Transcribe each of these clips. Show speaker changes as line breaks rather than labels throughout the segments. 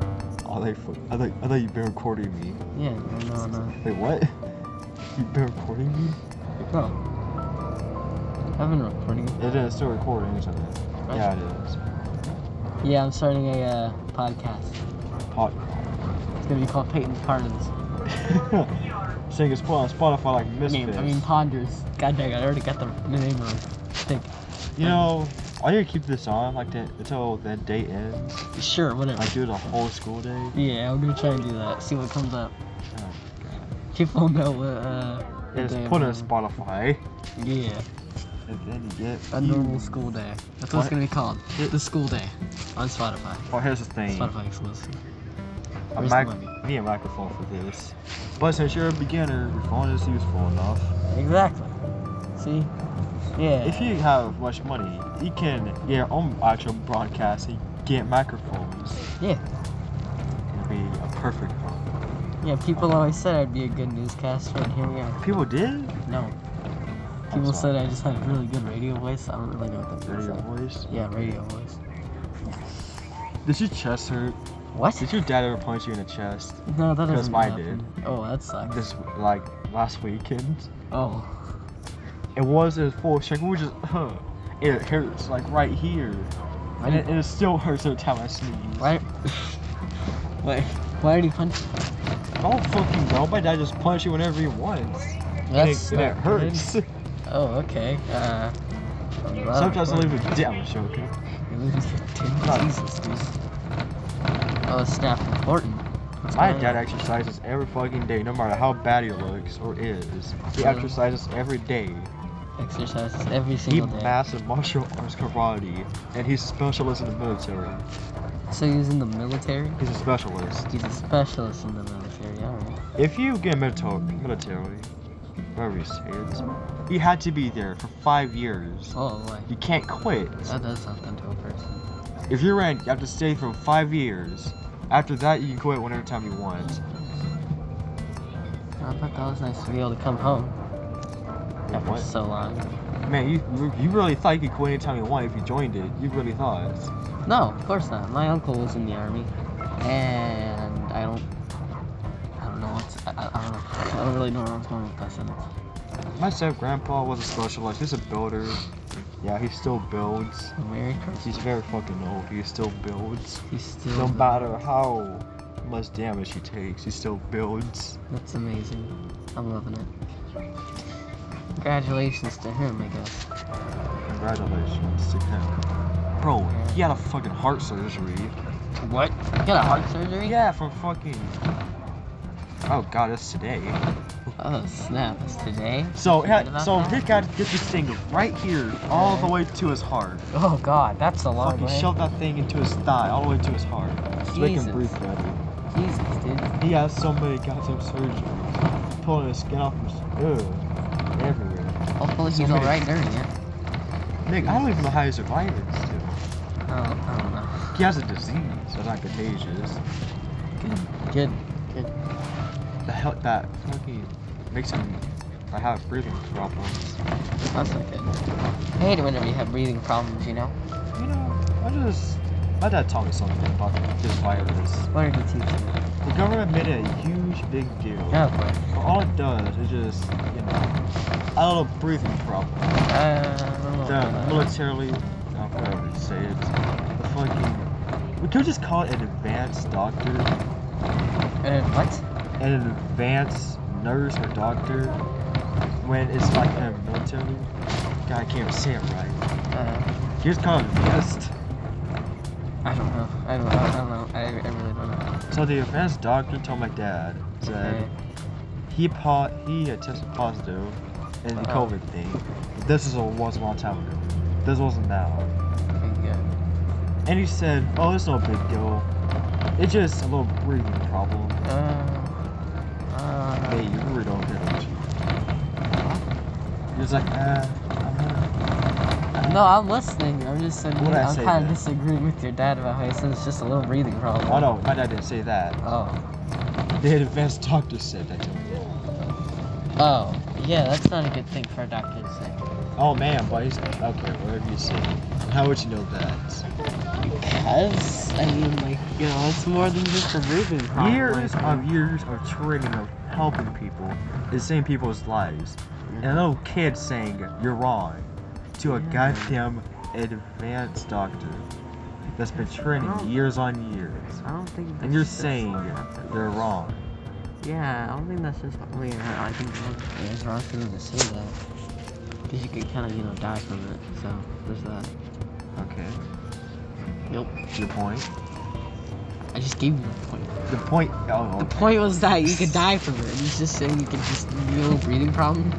thought I, Oh, fu- I thought I thought you been recording me.
Yeah, no, no, no.
Wait, what? You been recording me?
No. I've been recording.
It is still recording, isn't it? Yeah, it is.
Yeah, I'm starting a uh, podcast.
Hot.
It's gonna be called Peyton's Pardons.
Sing is on Spotify like
I mean,
Misfits.
I mean Ponders. God dang, I already got the the name wrong. Think.
you know, I need to keep this on like that until that day ends.
Sure, whatever.
Like do it a whole school day.
yeah, I'm gonna try and do that. See what comes up.
Oh, God.
People will know what. Uh, what
It's
day
put
I'm
on Spotify.
on. Yeah,
And then you get
a normal school day. That's what,
What?
it's gonna be called.
It-
The school day on Spotify.
Well, Oh, here's the thing.
Spotify exclusive.
A
Where's
mic-
the money?
I need a microphone for this. But since you're a beginner, your phone is useful enough.
Exactly. See? Yeah.
If you have much money, you can get your own actual broadcast and get microphones.
Yeah.
It'd be a perfect one.
Yeah, people always said I'd be a good newscaster, and here we are.
People did?
No. People said I just had a really good radio voice. I don't really know what that means.
Radio voice.
Yeah, radio voice.
Did your chest hurt?
What?
Did your dad ever punch you in the chest?
No, that
Because
doesn't
mine
happen. Oh, that sucks.
This, like, last weekend?
Oh,
It was in full strength. We were just, huh. It hurts, like, right here.
why
And it,
did,
it still hurts every time I sneeze.
why, why, why did he punch?
Don't fucking know. My dad just punch you whenever he wants. And
That's
it, and it
not good.
hurts.
Oh, okay. Uh, well,
Sometimes I
well,
leave a damn joking.
you leave with your dick.
No.
Jesus, dude. Oh, it's snap important. What's
My
going
dad
on?
exercises every fucking day, no matter how bad he looks or is. He
Yeah.
exercises every day.
exercises every
He
single day.
massive martial arts karate, and he's a specialist in the military.
So he's in the military.
He's a specialist.
He's a specialist in the military. All right.
If you get military, military, whatever you say it, you had to be there for five years.
Oh, boy.
You can't quit.
That does something to a person.
If you're in, you have to stay for five years. After that, you can quit whenever time you want.
I thought that was nice to be able to come home after
What?
so long.
Man, you you really thought you could quit anytime you want if you joined it. You really thought.
No, of course not. My uncle was in the army, and I don't. I don't know what's. I, I, I don't know. I don't really know where I'm going with that sentence.
My step grandpa was a specialist. He's a builder. Yeah, he still builds.
Merry Christmas.
He's very fucking old. He still builds.
He's still.
No matter how much damage he takes, he still builds.
That's amazing. I'm loving it. Congratulations to him, I guess.
Congratulations to him. Bro, he had a fucking heart surgery.
What? You got a heart surgery?
Yeah, from fucking. Oh god, that's today.
Oh snap! It's today.
So,
Forgot
yeah,
about
so
that.
this guy gets this thing right here, all the way to his heart.
Oh god, that's a long
Fucking
way.
shoved that thing into his thigh, all the way to his heart. So they
Jesus.
can breathe better.
Jesus, dude.
He has so many goddamn surgeries. Pulling his skin off his ugh, everywhere.
Hopefully he's
Somebody-
alright during it.
Nick, I don't even know how he survived this too.
Oh, I don't know.
He has a disease that's not contagious.
oh. Good.
The hell that fucking makes him I have breathing problems.
That's not good. I hate it whenever you have breathing problems, you know?
You know, I just my dad taught me something about this virus.
What did he teach you?
The government made it a huge big deal.
Oh, boy.
But all it does is just, you know, I don't know, breathing problems.
Uh, I don't know.
the militarily, not whatever you say it, the fucking, we could just call it an advanced doctor,
Uh, what?
an advanced nurse or doctor, when it's like a military. God, I can't say it right.
Uh,
You just call it advanced.
I don't know. I don't know. I don't know. I, I really don't know.
So the advanced doctor told my dad that
Okay.
he po- he had tested positive in the
Uh-huh.
COVID thing. This is a once upon a time ago. This wasn't now.
Okay, good.
And he said, "Oh, it's no big deal. It's just a little breathing problem."
Uh, uh,
Hey, you really don't get it. You're just like, uh, I'm gonna. uh,
no, I'm listening. I'm just saying,
What did I
I'm
say
kind of
then?
disagreeing with your dad about how he says it's just a little breathing problem.
Oh no, my dad didn't say that.
Oh.
The advanced doctor said that to me.
Oh. Yeah, that's not a good thing for a doctor to say.
Oh man, but he's okay. Whatever you say. How would you know that?
Because I mean, like, you know, it's more than just a moving problem.
years
like,
of years of training of helping people is saving people's lives. And a little kid saying you're wrong to a
Yeah.
goddamn advanced doctor that's been training
Well-
years on years.
I don't think.
And you're
that's just
saying
happened.
they're wrong.
Yeah, I don't think that's just. I mean, I I think it is wrong for them to say that. Because you could kind of, you know, die from it. So there's that.
Okay.
Yep.
Your point.
I just gave you the point.
The point. Oh,
The
okay.
point was that you could die from it. You just saying you could just you know breathing problem.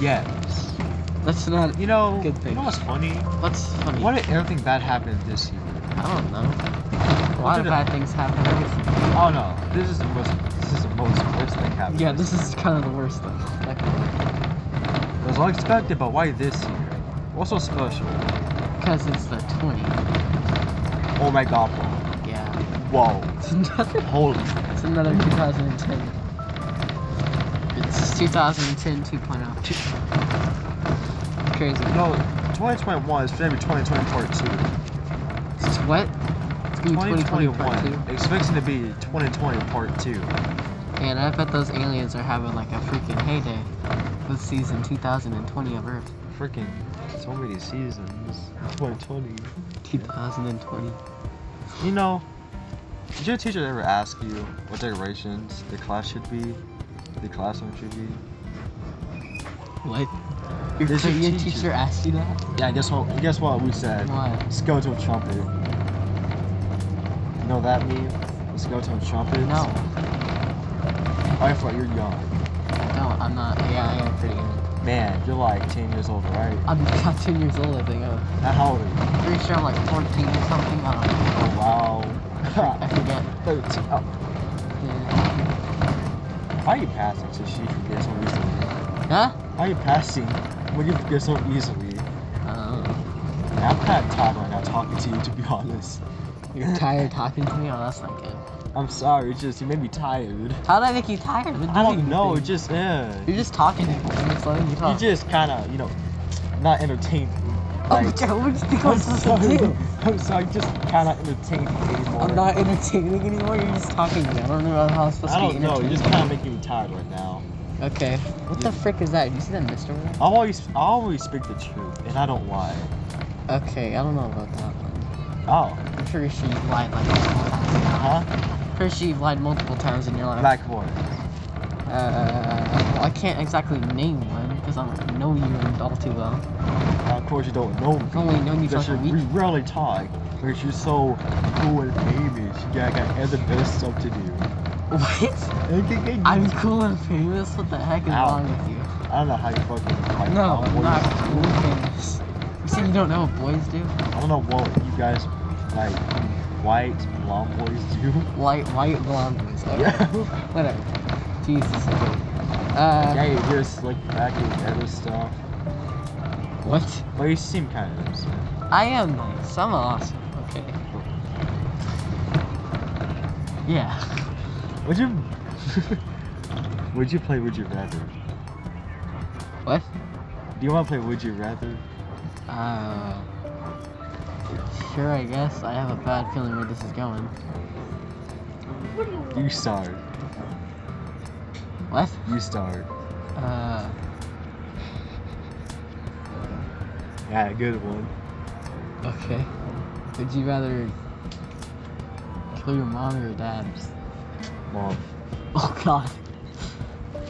yes.
That's not.
You know.
Good
You
thing.
know what's funny?
That's funny.
What if everything bad happened this year?
I don't know. A lot
did
of
it-
bad things happen.
Oh no. This is the most. This is the most worst thing happened.
Yeah, this is kind of the worst though. Like,
It was unexpected, but why this year? What's so special?
Because it's the 20.
Oh my god.
Yeah.
Whoa.
It's another,
Holy.
it's another 2010. It's 2010 2.0. oh. Crazy.
No, 2021 is going to be 2020 part 2.
It's what? It's gonna be 2020 part
2021 it's fixing to be 2020 part 2.
two. And I bet those aliens are having like a freaking heyday with season 2020 of Earth.
Freaking so many seasons. 2020.
2020.
You know, did your teacher ever ask you what decorations the class should be? The classroom should be?
What? Your,
There's
cl-
a
your
teacher.
teacher asked you that?
Yeah, guess what? Guess what we said?
What?
Skeletal trumpet. You know that meme? The skeletal trumpet?
No,
I thought you're young.
no, I'm not. Yeah, I am pretty young.
Man, you're like 10 years old, right?
I'm about 10 years old, I think. I'm
Now How old are you?
pretty sure I'm like 14 or something. I don't know.
Oh,
I
wow.
forget.
13. Oh,
Yeah.
How are you passing so she forgets so easily?
Huh?
How are you passing when you forget so easily?
Uh,
I'm kind of tired right now talking to you, to be honest.
you're tired talking to me? Oh, that's not good.
I'm sorry, it's just, you made me tired.
How did I make you tired? What did
I
you
don't know,
think?
it's just, eh.
You're just talking to me. I'm just letting you
You
talk.
just kind of, you know, not entertained. me.
Oh,
Like,
yeah, what do you think I'm supposed to
sorry.
do?
I'm sorry, just kind of entertained me anymore.
I'm not entertaining anymore. You're just talking to me. I don't know how I'm supposed
I
to
don't
be
know, you're
entertaining.
just kind of making me tired right now.
Okay. What the
Yeah.
frick is that? Did you see that Mr. World?
I always, I always speak the truth, and I don't lie.
Okay, I don't know about that one.
Oh,
I'm pretty sure you've lied like multiple times.
huh?
Pretty sure you've lied multiple times in your life.
Like what?
Uh, well, I can't exactly name one because I don't know you all too well.
Now, of course, you don't know me.
I've only known Oh, you for
Because
like a
we
week.
rarely talk, but she's so cool and famous. Yeah, I got other best stuff to do.
What?
I
I'm cool and famous? What the heck is
Ow.
wrong with you?
don't know how you fucking like,
No,
how
I'm
boys-
not cool and famous. You said you don't know what boys do?
I don't know what you guys like white blonde boys do.
White, white, blonde boys. Okay.
Yeah.
Whatever. Jesus. Uh,
yeah, you just like back and other stuff.
what?
But you seem kind of innocent.
I am nice. I'm awesome. Okay. Yeah.
Would you? would you play Would You Rather?
What?
Do you want to play Would You Rather?
Uh, sure, I guess. I have a bad feeling where this is going.
You start.
What?
You start.
Uh,
Yeah, good one.
okay. Would you rather kill your mom or your dad?
Mom,
Oh god.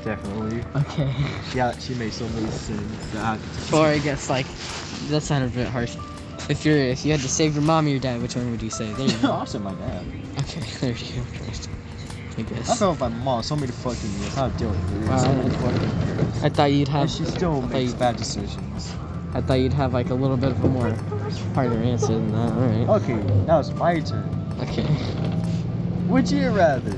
definitely.
Okay.
Yeah, she made so many sins. that I-
Or I guess like that sounded a bit harsh. If you're if you had to save your mom or your dad, which one would you say? There you go.
also my dad.
okay, there you go. Christ. I guess.
I felt with my mom so many fucking years. How deal with it?
Wow.
So many fucking years.
I thought you'd have.
And she still
I thought
makes
you-
bad decisions.
I thought you'd have like a little bit of a more harder answer than that. All
Okay, now it's my turn.
right. Okay.
Would you rather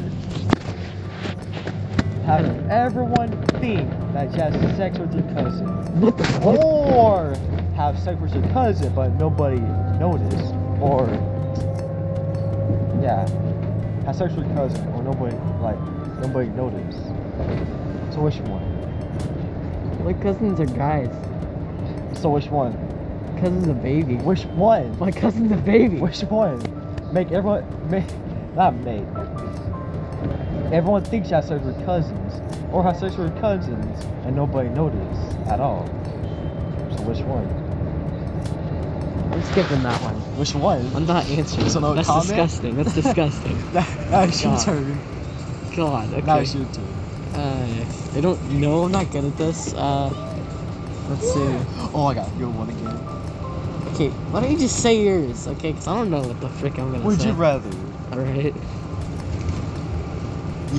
have everyone think that you had sex with your cousin,
What the
or have sex with your cousin but nobody noticed, or yeah, have sex with your cousin or nobody like nobody noticed? So which one?
My cousins are guys.
So which one?
Cousin's a baby.
Which one?
My cousin's a baby.
Which one? make everyone make not make everyone thinks you have sex with cousins or have sex with cousins and nobody noticed at all. So which one?
I'm skipping that one.
Which one?
I'm not answering.
So no
That's
comment?
disgusting. That's disgusting.
That was your
God.
turn.
God. Okay.
That was your turn.
Uh, I don't know. I'm not good at this. Uh, let's see.
Oh, I got your one again.
Okay, why don't you just say yours, okay? Because I don't know what the frick I'm gonna
Would
say.
you rather?
Alright.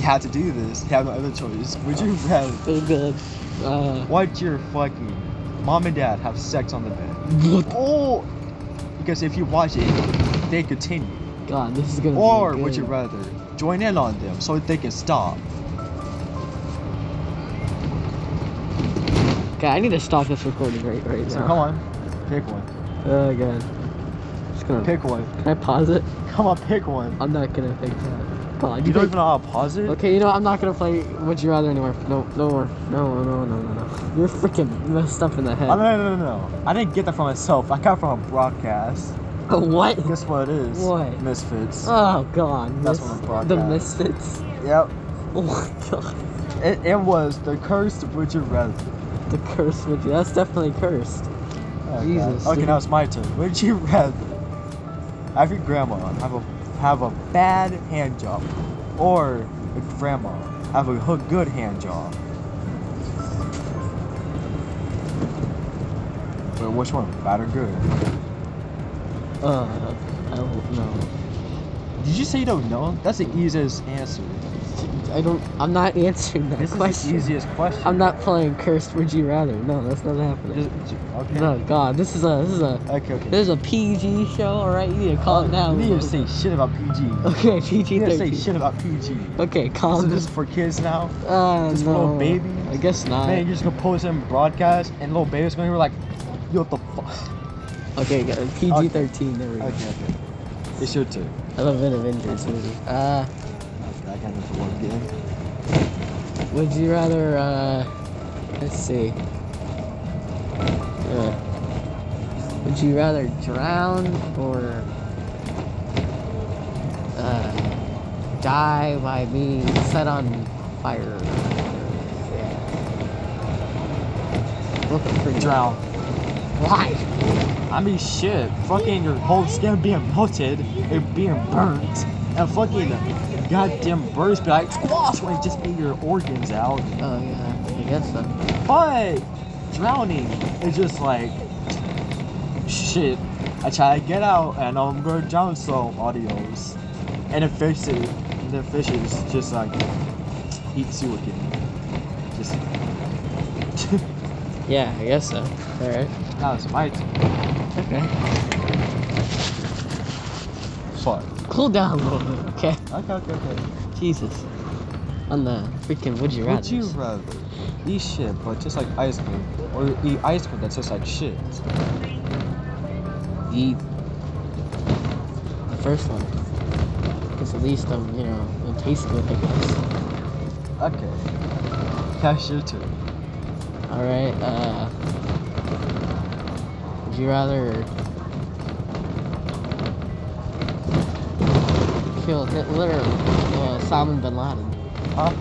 You had to do this. You have no other choice. Would you rather?
So good. Uh,
Watch your fucking mom and dad have sex on the bed.
look-
Oh, because if you watch it, they continue.
God, this is gonna
Or
be. good.
would you rather join in on them so they can stop?
Okay, I need to stop this recording right right
So
now.
come on, pick one.
Oh god. Just gonna.
Pick one.
Can I pause it?
Come on, pick one.
I'm not gonna think that. God,
You don't
Uh, think-
even know how to pause it.
Okay, you know I'm not gonna play Would You Rather anymore. No, no more. No, no, no, no, no. You're freaking messed up in the head.
Oh, no, no, no, no. I didn't get that from myself. I got it from a broadcast.
what?
Guess what it is?
What?
Misfits.
Oh god.
That's what I'm
The
broadcast.
misfits.
yep.
Oh my god.
It, it was the cursed would you rather.
The curse would you? That's definitely cursed.
Oh,
Jesus,
God. Okay,
dude.
now it's my turn. Would you rather have your grandma have a have a bad hand job, or your grandma have a h- good hand job? Wait, which one? Bad or good?
Uh, I don't know.
Did you say you don't know? That's the easiest answer.
I don't. I'm not answering that
This is the
question.
easiest question.
I'm not playing cursed. Would you rather? No, that's not happening.
Just- j- okay.
No, God, this is a this is a
Okay. Okay.
this is a PG show. All right, you need to call it now.
Oh, You need to say shit about PG.
Okay,
You
PG
need to say
thirteen.
shit about PG.
Okay,
So
calm.
this is for kids now.
uh,
just for
no.
little babies?
I guess not.
Man, you're just gonna post him broadcast, and little baby's gonna be like, "Yo, what the fuck."
Okay, PG thirteen. There we go.
Okay, okay. It's your turn.
I love an Avengers movie. Uh,
I got another one again.
would you rather? Uh, let's see. Uh, would you rather drown or uh, die by being set on fire? Looking for
Drown.
Why?
I mean, shit. Fucking your whole skin being melted, it being burnt, and fucking goddamn birds be like squash when it just ate your organs out.
Oh yeah, I guess so.
But drowning is just like, shit. I try to get out, and I'm gonna drown. So adios. And the fish, and the fish is just like eats you again. Just
Yeah, I guess so. All right.
That was my turn.
Okay.
Fuck.
Cool down a little bit. Okay.
Okay, okay, okay.
Jesus. On the freaking would you rather?
Would you rather eat shit but just like ice cream, or eat ice cream that's just like shit?
eat the first one? Because at least um you know it tastes good. I guess.
Okay. Cash your turn.
All right. Uh. Would you rather kill Hitler or uh, Osama bin Laden?
Huh?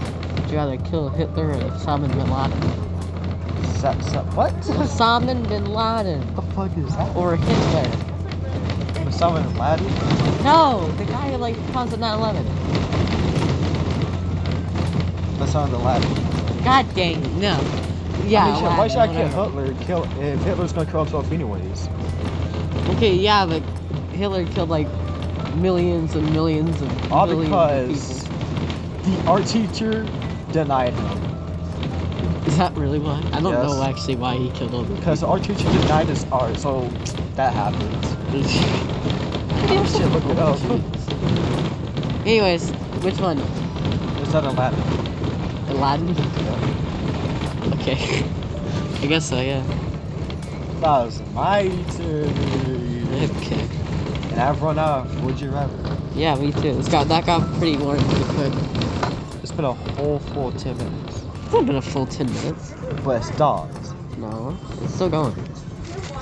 Would you rather kill Hitler or Osama bin Laden?
Sup, sup. What? the
Osama bin Laden
fuck is that?
or Hitler?
Osama bin Laden?
No, the guy who like caused the 9/11.
Osama bin Laden.
God dang, it, no. Yeah.
I mean, shit, why should I
Laden,
kill
whatever.
Hitler? Kill if Hitler's gonna kill himself anyways.
Okay, yeah, but Hitler killed like millions and millions and
All
millions
because
of
the art teacher denied him.
people. Is that really why? I don't
Yes.
know actually why he killed all the
Because the art teacher denied his art, so that happened. shit, look it up.
Anyways, which one?
Is that a Latin?
Aladdin? Okay. I guess so, yeah.
That was my turn.
Okay.
And I've run out. of Would you rather?
Yeah, me too. It's got that got pretty boring pretty quick.
It's been a whole full 10 minutes.
It's not been a full ten minutes.
But it's dogs.
No. It's still going.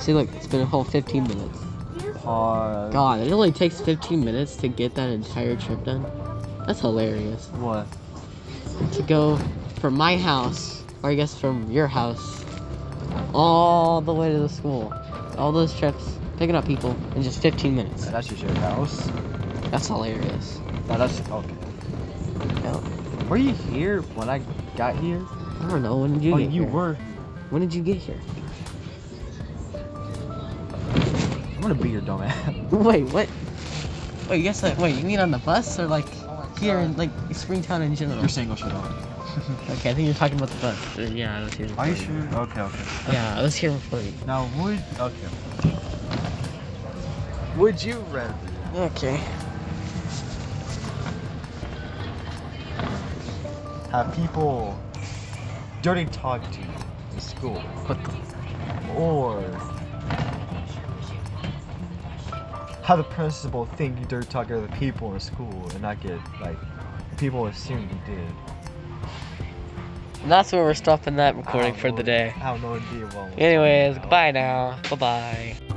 See look, it's been a whole fifteen minutes.
hard.
God, it only takes 15 minutes to get that entire trip done. That's hilarious.
What?
To go from my house, or I guess from your house, all the way to the school. All those trips, picking up people in just 15 minutes.
That's just your house.
That's hilarious.
No, that's okay.
No.
Were you here when I got here?
I don't know. When did you
oh,
get
you
here?
were.
When did you get here?
I'm gonna beat your dumb ass.
Wait, what? Wait, you guess that. Wait, you mean on the bus or like here in like Springtown in general?
You're single shit up.
Okay, I think you're talking about the bus. Uh, Yeah, I was here. before
Okay, okay.
Yeah, I was here before you.
Now would okay. Would you rather?
Okay.
have people dirty talk to you in school
What the?
or have the principal think you dirty talk to other people in school and not get like people assume you did.
That's where we're stopping that
I
recording
don't
for
know-
the day.
I have no idea what was
Anyways,
going on.
goodbye now. Bye bye.